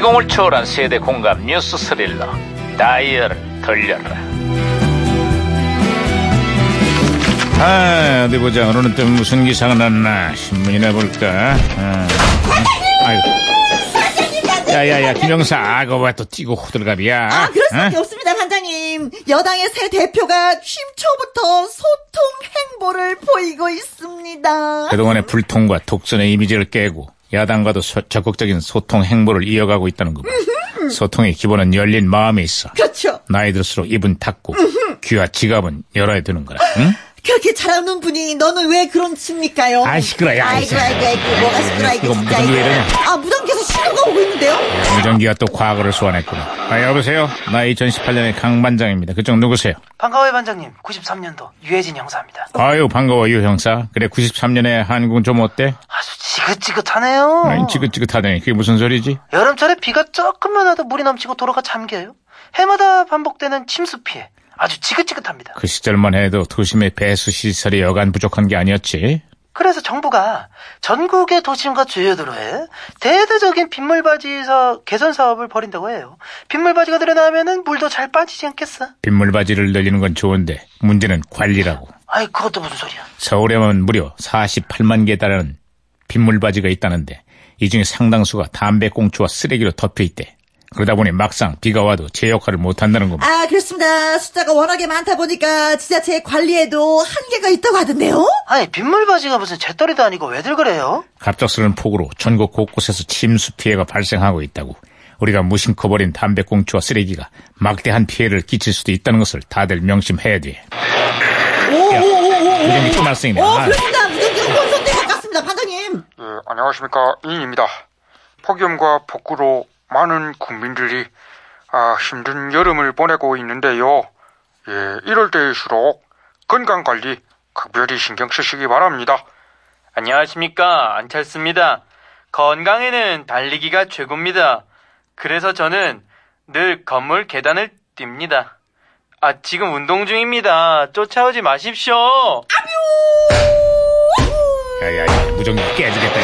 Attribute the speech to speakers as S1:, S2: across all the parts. S1: 감동을 초월한 세대 공감 뉴스 스릴러 다이얼 돌려라
S2: 아, 어디 보자. 오늘은 또 무슨 기사가 났나? 신문이나 볼까? 아, 아이고. 야야야, 김영사, 아, 그거 왜 또 뛰고 호들갑이야?
S3: 아, 그럴 수밖에
S2: 어?
S3: 없습니다, 반장님. 여당의 새 대표가 취임 초부터 소통 행보를 보이고 있습니다.
S2: 그동안의 불통과 독선의 이미지를 깨고 야당과도 소- 적극적인 소통 행보를 이어가고 있다는 거 봐. 소통의 기본은 열린 마음에 있어.
S3: 그렇죠.
S2: 나이 들수록 입은 닫고 귀와 지갑은 열어야 되는 거라. 응?
S3: 그렇게 잘하는 분이 너는 왜 그런 칩니까요?
S2: 아, 시끄러, 야,
S3: 아이고,
S2: 이제.
S3: 아이고, 아이고, 뭐가 시끄러, 이거
S2: 이거
S3: 진짜.
S2: 무전기 왜 이러냐?
S3: 아, 무전기에서 신호가 오고 있는데요?
S2: 무전기가 또 과거를 소환했구나. 아, 여보세요? 나 2018년의 강반장입니다. 그쪽 누구세요?
S4: 반가워요 반장님 93년도 유해진 형사입니다
S2: 아유, 반가워, 유 형사. 그래, 93년에 한국은 좀 어때?
S4: 아주 지긋지긋하네요
S2: 아이, 지긋지긋하네. 그게 무슨 소리지?
S4: 여름철에 비가 조금만 와도 물이 넘치고 도로가 잠겨요 해마다 반복되는 침수 피해 아주 지긋지긋합니다
S2: 그 시절만 해도 도심의 배수 시설이 여간 부족한 게 아니었지.
S4: 그래서 정부가 전국의 도심과 주요도로에 대대적인 빗물바지에서 개선 사업을 벌인다고 해요 빗물바지가 늘어나면은 물도 잘 빠지지 않겠어
S2: 빗물 바지를 늘리는 건 좋은데 문제는 관리라고.
S4: 아이 그것도 무슨 소리야
S2: 서울에만 무려 48만 개에 달하는 빗물 바지가 있다는데 이 중에 상당수가 담배 꽁초와 쓰레기로 덮여 있대. 그러다 보니 막상 비가 와도 제 역할을 못 한다는 겁니다.
S3: 아, 그렇습니다. 숫자가 워낙에 많다 보니까 지자체 관리에도 한계가 있다고 하던데요?
S4: 아니 빗물바지가 무슨 재떨이도 아니고 왜들 그래요
S2: 갑작스러운 폭우로 전국 곳곳에서 침수 피해가 발생하고 있다고. 우리가 무심코 버린 담배 꽁초와 쓰레기가 막대한 피해를 끼칠 수도 있다는 것을 다들 명심해야 돼.
S3: 오, 오, 오, 오, 오.
S2: 무전기 또 말썽이네.
S3: 오,
S2: 아.
S3: 그렇습니다. 무전기가 혼선된 것 같습니다, 반장님.
S5: 예, 안녕하십니까 이인입니다. 폭염과 폭우로 많은 국민들이 아, 힘든 여름을 보내고 있는데요. 예, 이럴 때일수록 건강 관리 각별히 신경 쓰시기 바랍니다.
S4: 안녕하십니까 안철수입니다. 건강에는 달리기가 최고입니다. 그래서 저는 늘 건물 계단을 뜁니다. 아 지금 운동 중입니다. 쫓아오지 마십시오.
S2: 야야야, 무전기 깨지겠다.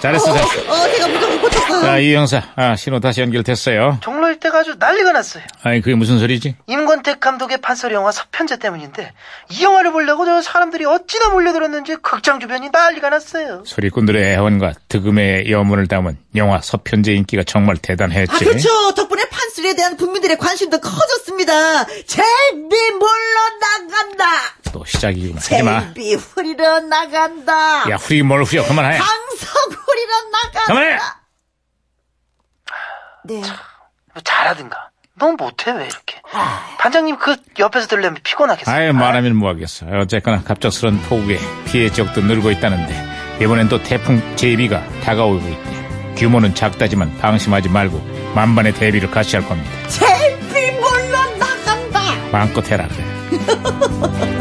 S2: 잘했어, 잘했어.
S3: 어, 제가 무전기 고쳤어요.
S2: 자, 이 형사, 아, 신호 다시 연결됐어요.
S4: 종로 일대가 아주 난리가 났어요.
S2: 아니, 그게 무슨 소리지?
S4: 임권택 감독의 판소리 영화 서편제 때문인데 이 영화를 보려고 저 사람들이 어찌나 몰려들었는지 극장 주변이 난리가 났어요.
S2: 소리꾼들의 애환과 득음의 여문을 담은 영화 서편제 인기가 정말 대단했지.
S3: 아, 그렇죠. 덕분에 판소리에 대한 국민들의 관심도 커졌습니다. 제비 물러나간다.
S2: 또 시작이구나. 하지마.
S3: 제비 후리러 나간다.
S2: 야, 후리 뭘 후려. 그만해.
S3: 강석 후리러 나간다.
S2: 그만해!
S3: 네.
S4: 뭐 잘하든가. 너무 못해 왜 이렇게? 반장님 그 옆에서 들으려면 피곤하겠어요.
S2: 아유, 말하면 뭐하겠어. 어쨌거나 갑작스런 폭우에 피해 지역도 늘고 있다는데 이번엔 또 태풍 제비가 다가오고 있대. 규모는 작다지만 방심하지 말고 만반의 대비를 같이 할 겁니다.
S3: 제비 물러나간다.
S2: 마음껏 해라 그래.